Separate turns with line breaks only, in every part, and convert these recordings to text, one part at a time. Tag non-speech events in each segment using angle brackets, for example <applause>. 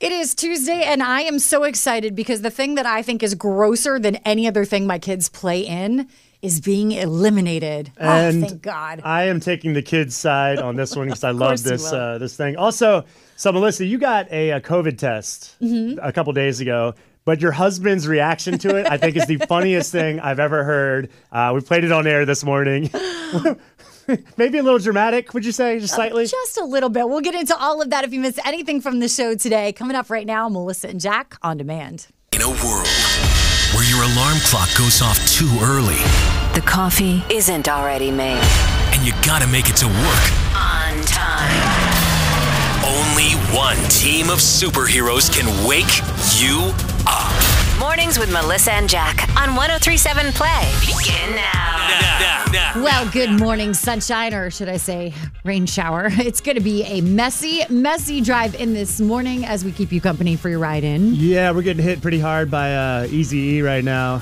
It is Tuesday, and I am so excited because the thing that I think is grosser than any other thing my kids play in is being eliminated.
And
oh, thank God.
I am taking the kids' side on this
<laughs>
one because I love
course you
this
will.
uh, this thing. Also, so Melissa, you got a, uh COVID test
Mm-hmm.
a couple days ago, but your husband's reaction to it, I think,
<laughs>
is the funniest thing I've ever heard. Uh, we played it on air this morning. <laughs> Maybe a little dramatic, would you say,
Uh,
just slightly?
Just a little bit. We'll get into all of that if you missed anything from the show today. Coming up right now, Melissa and Jack on demand.
In a world where your alarm clock goes off too early
The coffee isn't already made.
and you gotta make it to work,
On time.
only one team of superheroes can wake you up.
Mornings with Melissa and Jack on 1037 Play. Begin now.
Now, now, now.
Well, good morning, sunshine, or should I say rain shower. <laughs> It's going to be a messy, messy drive in this morning as we keep you company for your ride in.
Yeah, we're getting hit pretty hard by uh, Easy E right now.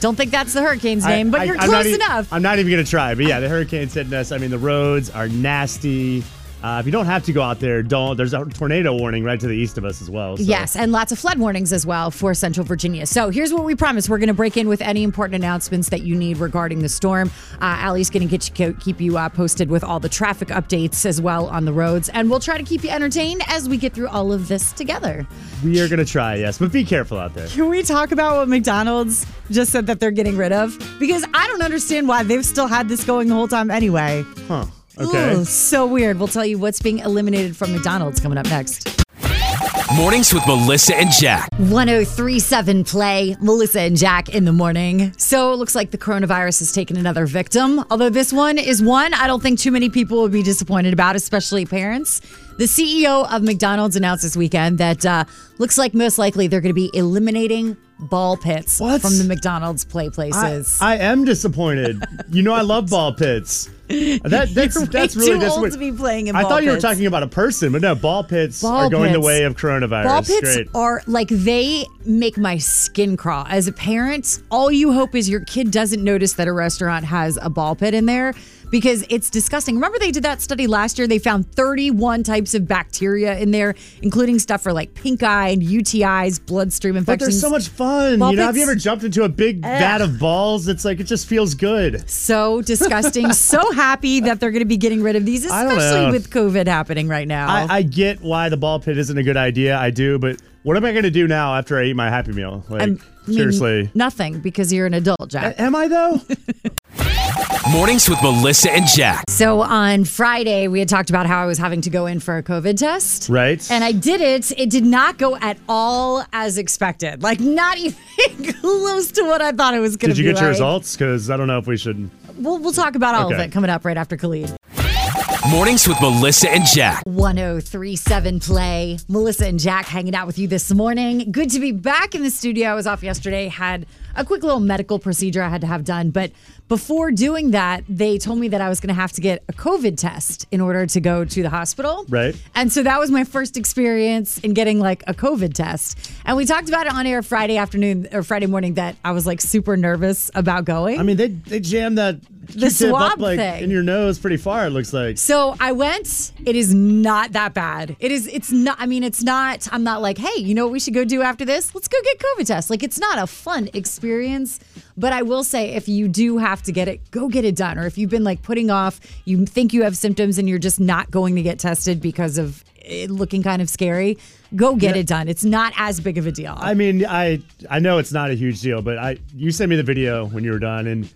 Don't think that's the hurricane's name, but you're
I'm
close
not e-
enough.
I'm not even going to try. But yeah, the hurricane's hitting us. I mean, the roads are nasty. Uh, if you don't have to go out there, don't. There's a tornado warning right to the east of us as well. so-
Yes, and lots of flood warnings as well for Central Virginia. So here's what we promise: we're going to break in with any important announcements that you need regarding the storm. Uh, Allie's going to get you keep you uh, posted with all the traffic updates as well on the roads, and we'll try to keep you entertained as we get through all of this together.
We are going to try, yes. But be careful out there.
Can we talk about what McDonald's just said that they're getting rid of? Because I don't understand why they've still had this going the whole time anyway.
Huh. Okay.
Ooh, so weird. We'll tell you what's being eliminated from McDonald's coming up next.
Mornings with Melissa and Jack.
1037 play, Melissa and Jack in the morning. So it looks like the coronavirus has taken another victim, although this one is one I don't think too many people would be disappointed about, especially parents. The CEO of McDonald's announced this weekend that uh, looks like most likely they're going to be eliminating ball pits
What?
from the McDonald's play
I,
places.
I am disappointed. you know, I love ball
<laughs>
pits. That, that's that's really
too
that's
old
what-
to be playing in
I
ball
thought you were
pits.
talking about a person, but no, ball pits
Ball
are going the
pits.
way of coronavirus.
Ball pits
Great.
are like they make my skin crawl. As a parent, all you hope is your kid doesn't notice that a restaurant has a ball pit in there because it's disgusting. Remember, they did that study last year? They found 31 types of bacteria in there, including stuff for like pink eye and UTIs, bloodstream
But they're
infections.
so much fun.
Ball
you know, have you
pits-
ever jumped into a big vat of balls? It's like it just feels good.
So
<laughs>
disgusting. so happy that they're going to be getting rid of these,
I don't know.
especially with COVID happening right now.
I, I get why the ball pit isn't a good idea. I do, but what am I going to do now after I eat my Happy Meal? Like,
I mean,
seriously.
nothing because you're an adult, Jack.
Am I though?
Mornings with Melissa and Jack.
So on Friday, we had talked about how I was having to go in for a COVID test.
right.
And I did it. It did not go at all as expected. Like, not <laughs> even close to what I thought it was going to
<laughs> Did
be.
you get your
like.
results? Because I don't know if we should.
We'll, we'll talk about all
Okay.
of it coming up right after Khalid.
Mornings with Melissa and Jack.
1037 Play. Melissa and Jack hanging out with you this morning. Good to be back in the studio. I was off yesterday, had a quick little medical procedure I had to have done. But before doing that, they told me that I was going to have to get a COVID test in order to go to the hospital.
Right.
And so that was my first experience in getting like a COVID test. And we talked about it on air Friday afternoon or Friday morning that I was like super nervous about going.
I mean, they they jammed that Q-tip up
swab
like
thing.
in your nose pretty far. It looks like.
So I went. It is not that bad. It is. It's not. I mean, it's not. I'm not like, hey, you know what we should go do after this? Let's go get COVID test. Like, it's not a fun experience. But I will say, if you do have to get it, go get it done. Or if you've been like putting off, you think you have symptoms and you're just not going to get tested because of it looking kind of scary. Go get it done. It's not as big of a deal.
I mean, I I know it's not a huge deal, but I you sent me the video when you were done, and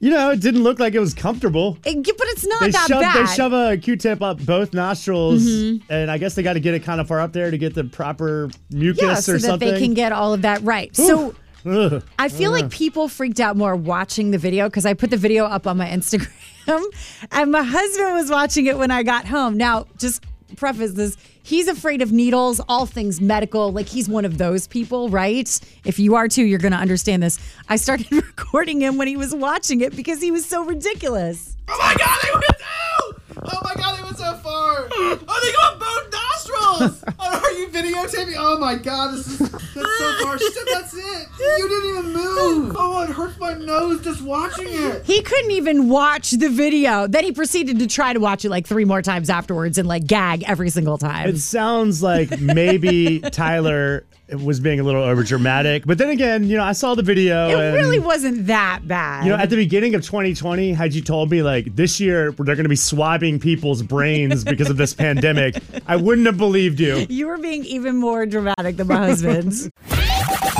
you know it didn't look like it was comfortable.
It- but it's not
They
that
shove,
bad. Mm-hmm.
they shove a Q-tip up both nostrils, and I guess they got to get it kind of far up there to get the proper mucus
yeah,
or
so that
something.
they can get all of that right. So.
Ugh.
I feel
Mm.
like people freaked out more watching the video because I put the video up on my Instagram <laughs> and my husband was watching it when I got home. Now, just preface this he's afraid of needles, all things medical. Like he's one of those people, right? If you are too, you're going to understand this. I started <laughs> recording him when he was watching it because he was so ridiculous.
Oh my god, they went down! Oh my god, they went so far! Oh, they got both nostrils! reels. Oh, are you videotaping? Oh my god, this is that's so harsh. That's it. You didn't even move. Oh, it hurts my nose just watching it.
He couldn't even watch the video. Then he proceeded to try to watch it like three more times afterwards and like gag every single time.
It sounds
<laughs>
like maybe Tyler was being a little overdramatic, but then again, you know, I saw the video.
It
and,
really wasn't that bad.
You know, at the beginning of 2020, had you told me like this year they're going to be swabbing people's brains because
<laughs>
of this pandemic, I wouldn't have believed you.
you were being even more dramatic than my
<laughs>
husband.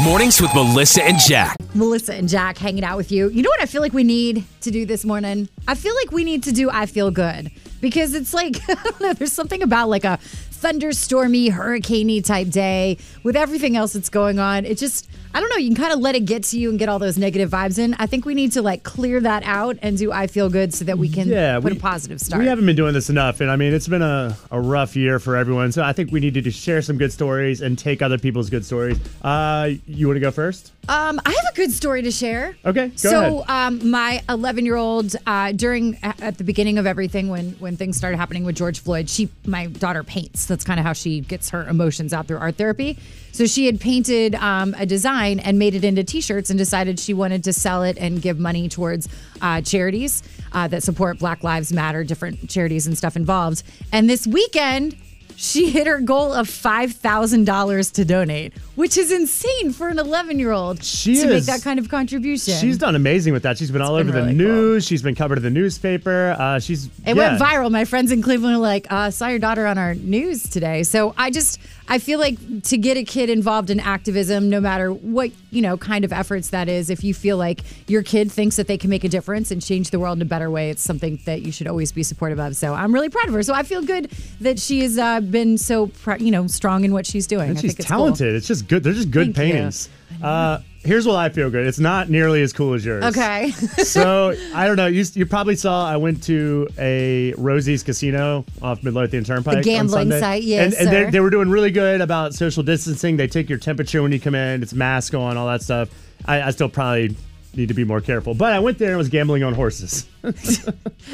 Mornings with Melissa and Jack.
Melissa and Jack hanging out with you. You know what I feel like we need to do this morning? I feel like we need to do I Feel Good because it's like, <laughs> I don't know, there's something about like a thunderstormy, hurricaney type day with everything else that's going on. It just, I don't know, you can kind of let it get to you and get all those negative vibes in. I think we need to like clear that out and do I Feel Good so that we can
Yeah,
put
we-
a positive start.
We haven't been doing this enough, and I mean, it's been a, a rough year for everyone. So I think we need to just share some good stories and take other people's good stories. Uh, you want to go first?
Um, I have a good story to share.
Okay, go
so
ahead.
um, my 11 year old, uh, during at at the beginning of everything, when when things started happening with George Floyd, she my daughter paints. That's kind of how she gets her emotions out through art therapy. So she had painted um, a design and made it into T-shirts, and decided she wanted to sell it and give money towards uh, charities uh, that support Black Lives Matter, different charities and stuff involved. And this weekend, she hit her goal of five thousand dollars to donate, which is insane for an eleven-year-old
She
to
is-
make that kind of contribution.
She's done amazing with that. She's been all
been
over the
really cool.
news. She's been covered in the newspaper. Uh, she's
it
yeah.
went viral. My friends in Cleveland are like, uh, "Saw your daughter on our news today." So I just, I feel like to get a kid involved in activism, no matter what you know kind of efforts that is, if you feel like your kid thinks that they can make a difference and change the world in a better way, it's something that you should always be supportive of. So I'm really proud of her. So I feel good that she has uh, been so, pr- you know, strong in what she's doing.
And
I
she's
think it's cool.
talented. It's just good. They're just good
Thank you.
paintings. Uh, here's what I feel good. It's not nearly as cool as yours.
Okay. <laughs>
<laughs> so I don't know. You, you probably saw I went to a Rosie's Casino off Midlothian Turnpike. on
gambling
Sunday.
site, yes,
And, and they,
sir.
they were doing really good about social distancing. They take your temperature when you come in. It's mask on, all that stuff. I, I still probably need to be more careful. But I went there and was gambling on horses.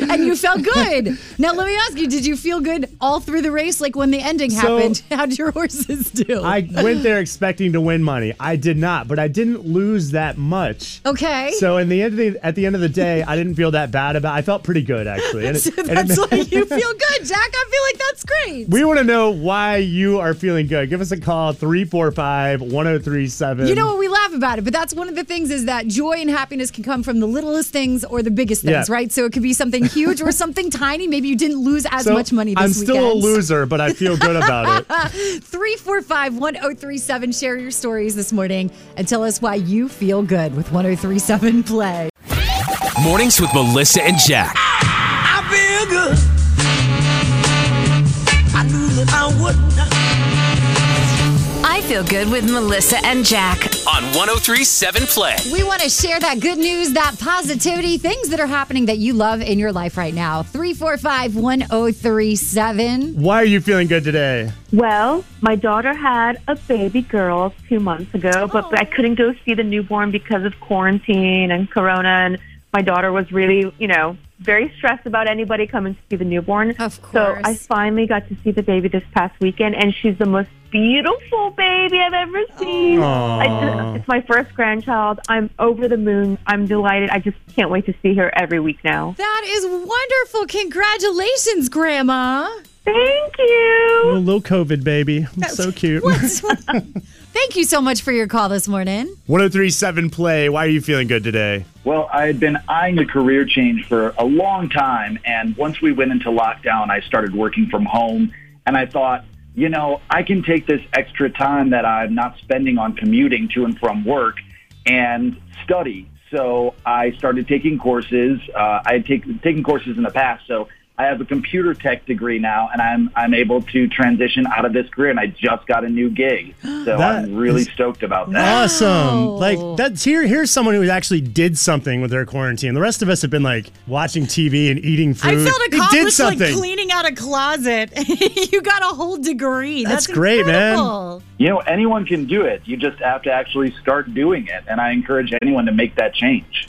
and you felt good. Now let me ask you: Did you feel good all through the race? Like when the ending
So-
happened, <laughs> how did your horses do?
I went there expecting to win money. I did not, but I didn't lose that much.
Okay.
So in the end of the, at the end of the day, I didn't feel that bad about. I felt pretty good actually.
<laughs>
And it- and it
that's
ma- <laughs>
why you feel good, Jack. I feel like that's great.
we want to know why you are feeling good. Give us a call 345-1037.
you know what we laugh about it, but that's one of the things is that joy and happiness can come from the littlest things or the biggest things,
Yeah.
right? So it could be something huge
<laughs>
or something tiny. Maybe you didn't lose as
So
much money this
I'm
weekend.
still a loser, but I feel good about
<laughs>
it.
345 1037. Share your stories this morning and tell us why you feel good with 1037 Play.
Mornings with Melissa and Jack.
I feel good. I knew that I would.
I feel good with Melissa and Jack.
On 1037 Play.
We want to share that good news, that positivity, things that are happening that you love in your life right now. 345 1037.
Why are you feeling good today?
Well, my daughter had a baby girl two months ago, but
Oh.
I couldn't go see the newborn because of quarantine and corona. And my daughter was really, you know, very stressed about anybody coming to see the newborn.
Of
So I
course.
finally got to see the baby this past weekend, and she's the most beautiful baby I've ever seen. I just, it's my first grandchild. I'm over the moon. I'm delighted. I just can't wait to see her every week now.
That is wonderful. Congratulations, Grandma.
Thank you.
A little COVID baby. so cute. <laughs>
Thank you so much for your call this morning.
1037 play. Why are you feeling good today?
Well, I had been eyeing a career change for a long time. And once we went into lockdown, I started working from home. And I thought, you know, I can take this extra time that I'm not spending on commuting to and from work and study. So I started taking courses. Uh, I had take, taken courses in the past. So I have a computer tech degree now, and I'm, I'm able to transition out of this career. And I just got a new gig.
<gasps>
So
That
Oh, I'm really
is-
stoked about that.
Awesome. Like that's here here's someone who actually did something with their quarantine. The rest of us have been like watching TV and eating food.
I felt
He did
accomplished like
something.
cleaning out a
<laughs>
closet. you got a whole degree. That's,
That's great, man.
incredible.
you know, anyone can do it. You just have to actually start doing it. And I encourage anyone to make that change.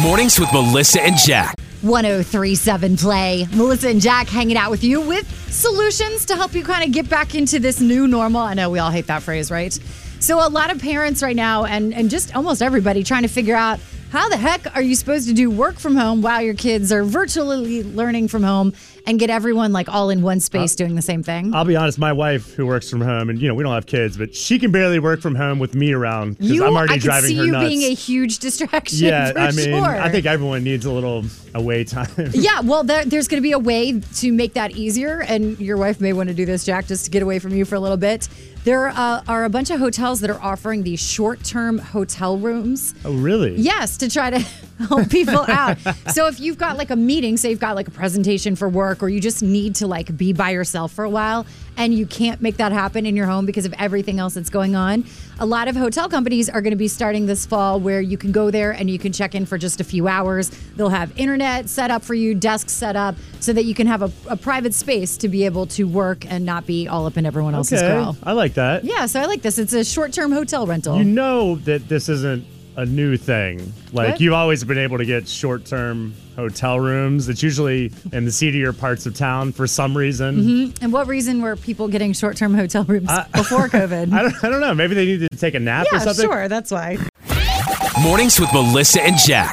Mornings with Melissa and Jack.
1037 Play. Melissa and Jack hanging out with you with solutions to help you kind of get back into this new normal. I know we all hate that phrase, right? So, a lot of parents right now, and, and just almost everybody, trying to figure out how the heck are you supposed to do work from home while your kids are virtually learning from home and get everyone like all in one
Uh,
space doing the same thing?
I'll be honest, my wife who works from home, and you know, we don't have kids, but she can barely work from home with me around because
you,
I'm already
I could
driving
see
her
you
nuts.
being a huge distraction. <laughs>
yeah,
for
I mean,
sure.
I think everyone needs a little away time. <laughs>
<laughs> Yeah, well, there, there's going to be a way to make that easier, and your wife may want to do this, Jack, just to get away from you for a little bit. There uh, are a bunch of hotels that are offering these short-term hotel rooms.
oh, really?
Yes, to try to <laughs> help people out. so if you've got like a meeting, say you've got like a presentation for work, or you just need to like be by yourself for a while, and you can't make that happen in your home because of everything else that's going on, a lot of hotel companies are going to be starting this fall where you can go there and you can check in for just a few hours. They'll have internet set up for you, desks set up, so that you can have a, a private space to be able to work and not be all up in everyone else's
Okay,
grill.
I like that.
Yeah, so I like this. It's a short-term hotel rental.
You know that this isn't a new thing. Like
What?
you've always been able to get short-term hotel rooms. It's usually in the seedier parts of town for some reason.
And what reason were people getting short term hotel rooms
<laughs>
before COVID?
I don't, <laughs> I don't know. Maybe they need to take a nap or
Yeah,
something.
Sure, that's why.
Mornings with Melissa and Jack.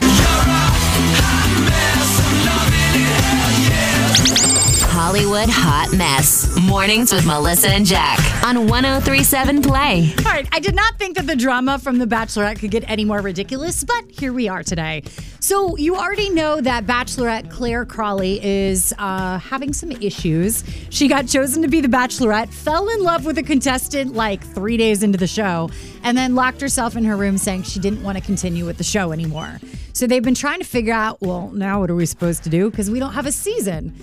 Hollywood Hot Mess. Mornings with Melissa and Jack on 1037 Play.
All right, I did not think that the drama from The Bachelorette could get any more ridiculous, but here we are today. So, you already know that Bachelorette Claire Crawley is uh, having some issues. She got chosen to be the Bachelorette, fell in love with a contestant like three days into the show, and then locked herself in her room saying she didn't want to continue with the show anymore. So, they've been trying to figure out well, now what are we supposed to do? Because we don't have a season.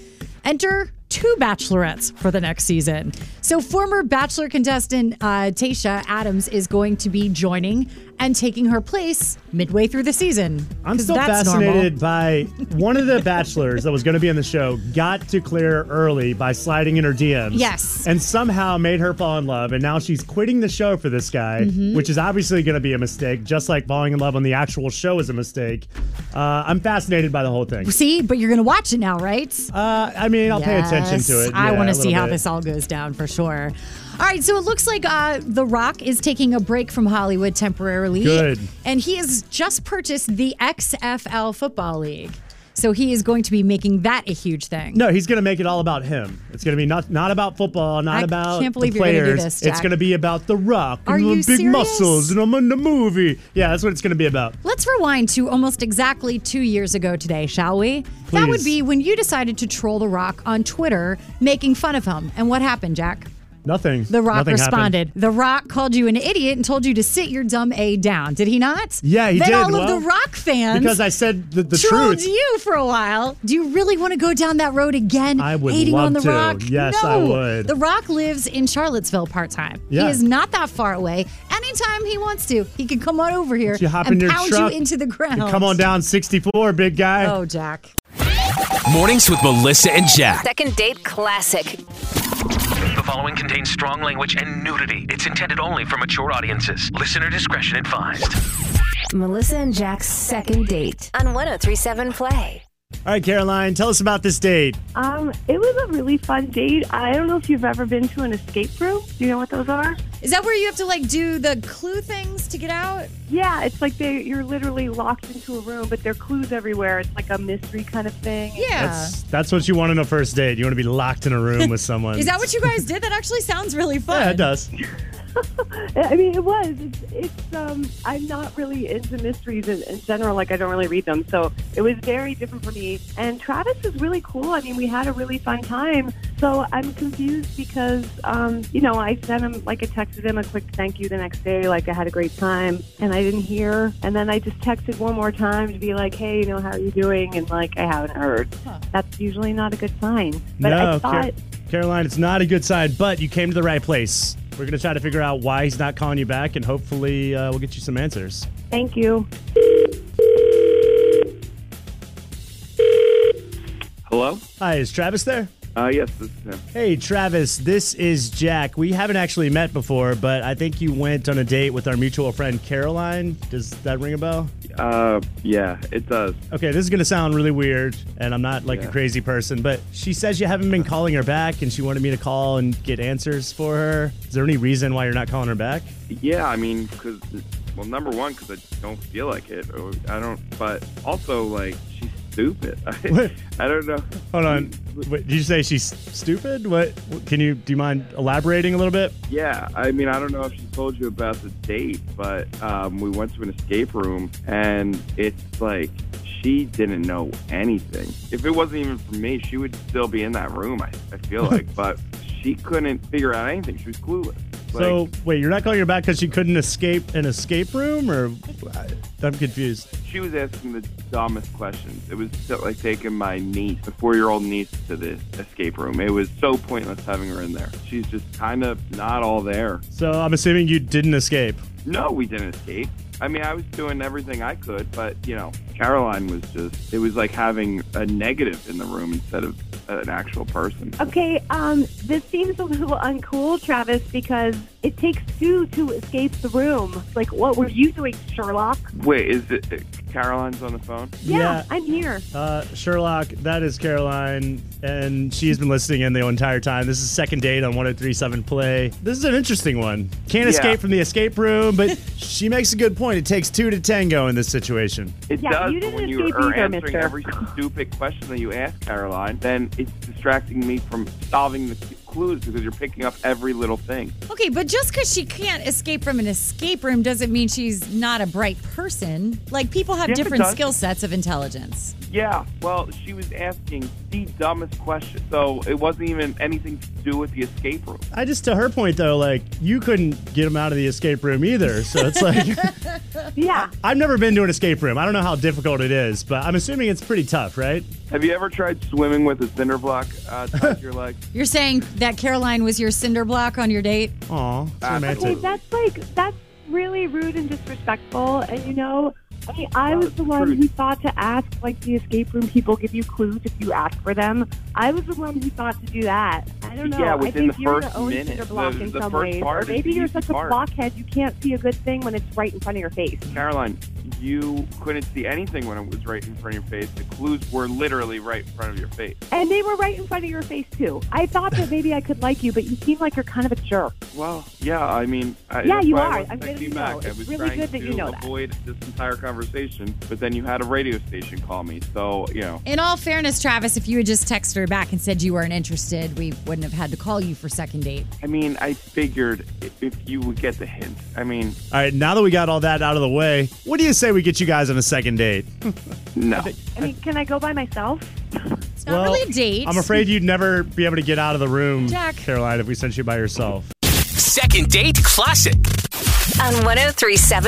Enter two bachelorettes for the next season. So, former Bachelor contestant uh, Tasha Adams is going to be joining and taking her place midway through the season.
I'm
'Cause
still
that's normal.
fascinated by one of the bachelors that was going to be on the show got to Claire early by sliding in her DMs.
Yes.
And somehow made her fall in love. And now she's quitting the show for this guy,
Mm-hmm.
which is obviously going to be a mistake, just like falling in love on the actual show is a mistake. Uh, I'm fascinated by the whole thing.
See, but you're going to watch it now, right?
Uh, I mean, I'll pay attention
Yes.
to it.
I
yeah,
want
a
to see
little
how
bit.
this all goes down for sure. All right, so it looks like uh, The Rock is taking a break from Hollywood temporarily.
Good.
And he has just purchased the XFL Football League. So he is going to be making that a huge thing.
No, he's going to make it all about him. It's going to be not not about football, not
I
about
can't believe
the
you're gonna
players.
do this, Jack.
It's going to be about the rock
Are
and the
you
big
serious?
muscles and I'm in the movie. Yeah, that's what it's going to be about.
Let's rewind to almost exactly two years ago today, shall we? That would
Please.
be when you decided to troll The Rock on Twitter, making fun of him. And what happened, Jack?
Nothing.
The Rock
Nothing happened.
responded. The Rock called you an idiot and told you to sit your dumb A down. Did he not?
Yeah, he
then
did.
all of
Well,
the Rock fans
Because I said the, the
trolled
truth.
you for a while. Do you really want to go down that road again?
I would
hating
love
on the
to.
Rock.
Yes, I
No.
would.
The Rock lives in Charlottesville part time. He
Yeah.
is not that far away. Anytime he wants to, he can come on over here
You hop
and
in your
pound
truck
you into the ground.
You come on down 64, big guy.
Oh, Jack.
Mornings with Melissa and Jack.
Second date classic.
The following contains strong language and nudity. It's intended only for mature audiences. Listener discretion advised.
Melissa and Jack's second date on 1037 Play.
All right, Caroline, tell us about this date.
Um, it was a really fun date. I don't know if you've ever been to an escape room. Do you know what those are?
Is that where you have to like do the clue things to get out?
Yeah, it's like they you're literally locked into a room, but there are clues everywhere. It's like a mystery kind of thing.
Yeah.
That's that's what you want on a first date. You want to be locked in a room with
<laughs>
someone.
is that what you guys did? That actually sounds really fun.
<laughs> Yeah, it does.
I mean, it was. It's, it's um, I'm not really into mysteries in, in general. Like, I don't really read them, so it was very different for me. And Travis was really cool. I mean, we had a really fun time. So I'm confused because, um, you know, I sent him like I texted him a quick thank you the next day, like I had a great time, and I didn't hear. And then I just texted one more time to be like, hey, you know, how are you doing? And like, I haven't heard. That's usually not a good sign. But
no, Car-
I thought.
Caroline, it's not a good sign, but you came to the right place. We're going to try to figure out why he's not calling you back, and hopefully uh, we'll get you some answers.
Thank you. <laughs>
Hello?
Hi, is Travis there?
Uh, yes, this is him.
Hey, Travis, this is Jack. We haven't actually met before, but I think you went on a date with our mutual friend Caroline. Does that ring a bell?
Uh, yeah, it does.
Okay, this is going to sound really weird, and I'm not like
Yeah.
a crazy person, but she says you haven't been calling her back, and she wanted me to call and get answers for her. Is there any reason why you're not calling her back? <laughs>
Yeah, I mean, because, well, number one, because I don't feel like it. Or I don't, but also, like, she's stupid. I, I don't know.
Hold on. Wait, did you say she's stupid? What? Can you, do you mind elaborating a little bit?
Yeah, I mean, I don't know if she told you about the date, but um, we went to an escape room, and it's like she didn't know anything. If it wasn't even for me, she would still be in that room. I, I feel like,
<laughs>
but she couldn't figure out anything. She was clueless. Like,
so, wait, you're not calling her back because she couldn't escape an escape room, or I- I'm confused.
she was asking the dumbest questions. It was so- like taking my niece, a four-year-old niece, to the escape room. It was so pointless having her in there. She's just kind of not all there.
So, I'm assuming you didn't escape.
No, we didn't escape. I mean, I was doing everything I could, but, you know, Caroline was just, it was like having a negative in the room instead of an actual person.
Okay, um, this seems a little uncool, Travis, because it takes two to escape the room. Like, what were you doing, Sherlock?
Wait, is it Caroline's on the phone?
Yeah, I'm here.
Uh, Sherlock, that is Caroline, and she's been listening in the entire time. This is second date on 1037 Play. This is an interesting one. Can't
Yeah.
escape from the escape room, but <laughs> she makes a good point. It takes two to tango in this situation.
It
Yeah,
does,
you
but when
didn't
you
escape
are
either,
answering
mister.
every stupid question that you ask Caroline, then it's distracting me from solving the clues because you're picking up every little thing.
Okay, but just because she can't escape from an escape room doesn't mean she's not a bright person. Like, people have
Yes, it
different
does.
skill sets of intelligence.
Yeah, well, she was asking the dumbest question, so it wasn't even anything to do with the escape room.
I just, to her point though, like, you couldn't get him out of the escape room either. So it's like,
yeah.
I've never been to an escape room. I don't know how difficult it is, but I'm assuming it's pretty tough, right?
Have you ever tried swimming with a cinder block uh, tied to your
<laughs>
leg?
You're saying that Caroline was your cinder block on your date?
Aw, it's romantic.
Okay, that's like that's really rude and disrespectful. And you know, I mean, I was the one who thought to ask, like the escape room people give you clues if you ask for them. I was the one who thought to do that. I don't know.
Yeah,
I
within
think
the
you're
first
your own
minute.
cinder block
The-
in
the
some
first
ways,
part
or
is
maybe
the
you're
easy
such a
part.
blockhead you can't see a good thing when it's right in front of your face.
Caroline, you couldn't see anything when it was right in front of your face. The clues were literally right in front of your face.
And they were right in front of your face too. I thought that maybe I could like you, but you seem like you're kind of a jerk.
Well, yeah, I mean, I,
Yeah,
that's
you
why
are.
I wasn't
I'm glad
texting
you know.
back. I
It's
was
really
trying
good that
to
you know that.
avoid this entire conversation, but then you had a radio station call me, so you know.
In all fairness, Travis, if you had just texted her back and said you weren't interested, we wouldn't have had to call you for second date.
I mean, I figured i- if you would get the hint. I mean,
All right, now that we got all that out of the way, what do you say we get you guys on a second date?
no.
I mean, can I go by myself?
It's not really a date.
I'm afraid you'd never be able to get out of the room,
Jack.
Caroline, if we sent you by yourself.
oh
Second date classic.
On 1037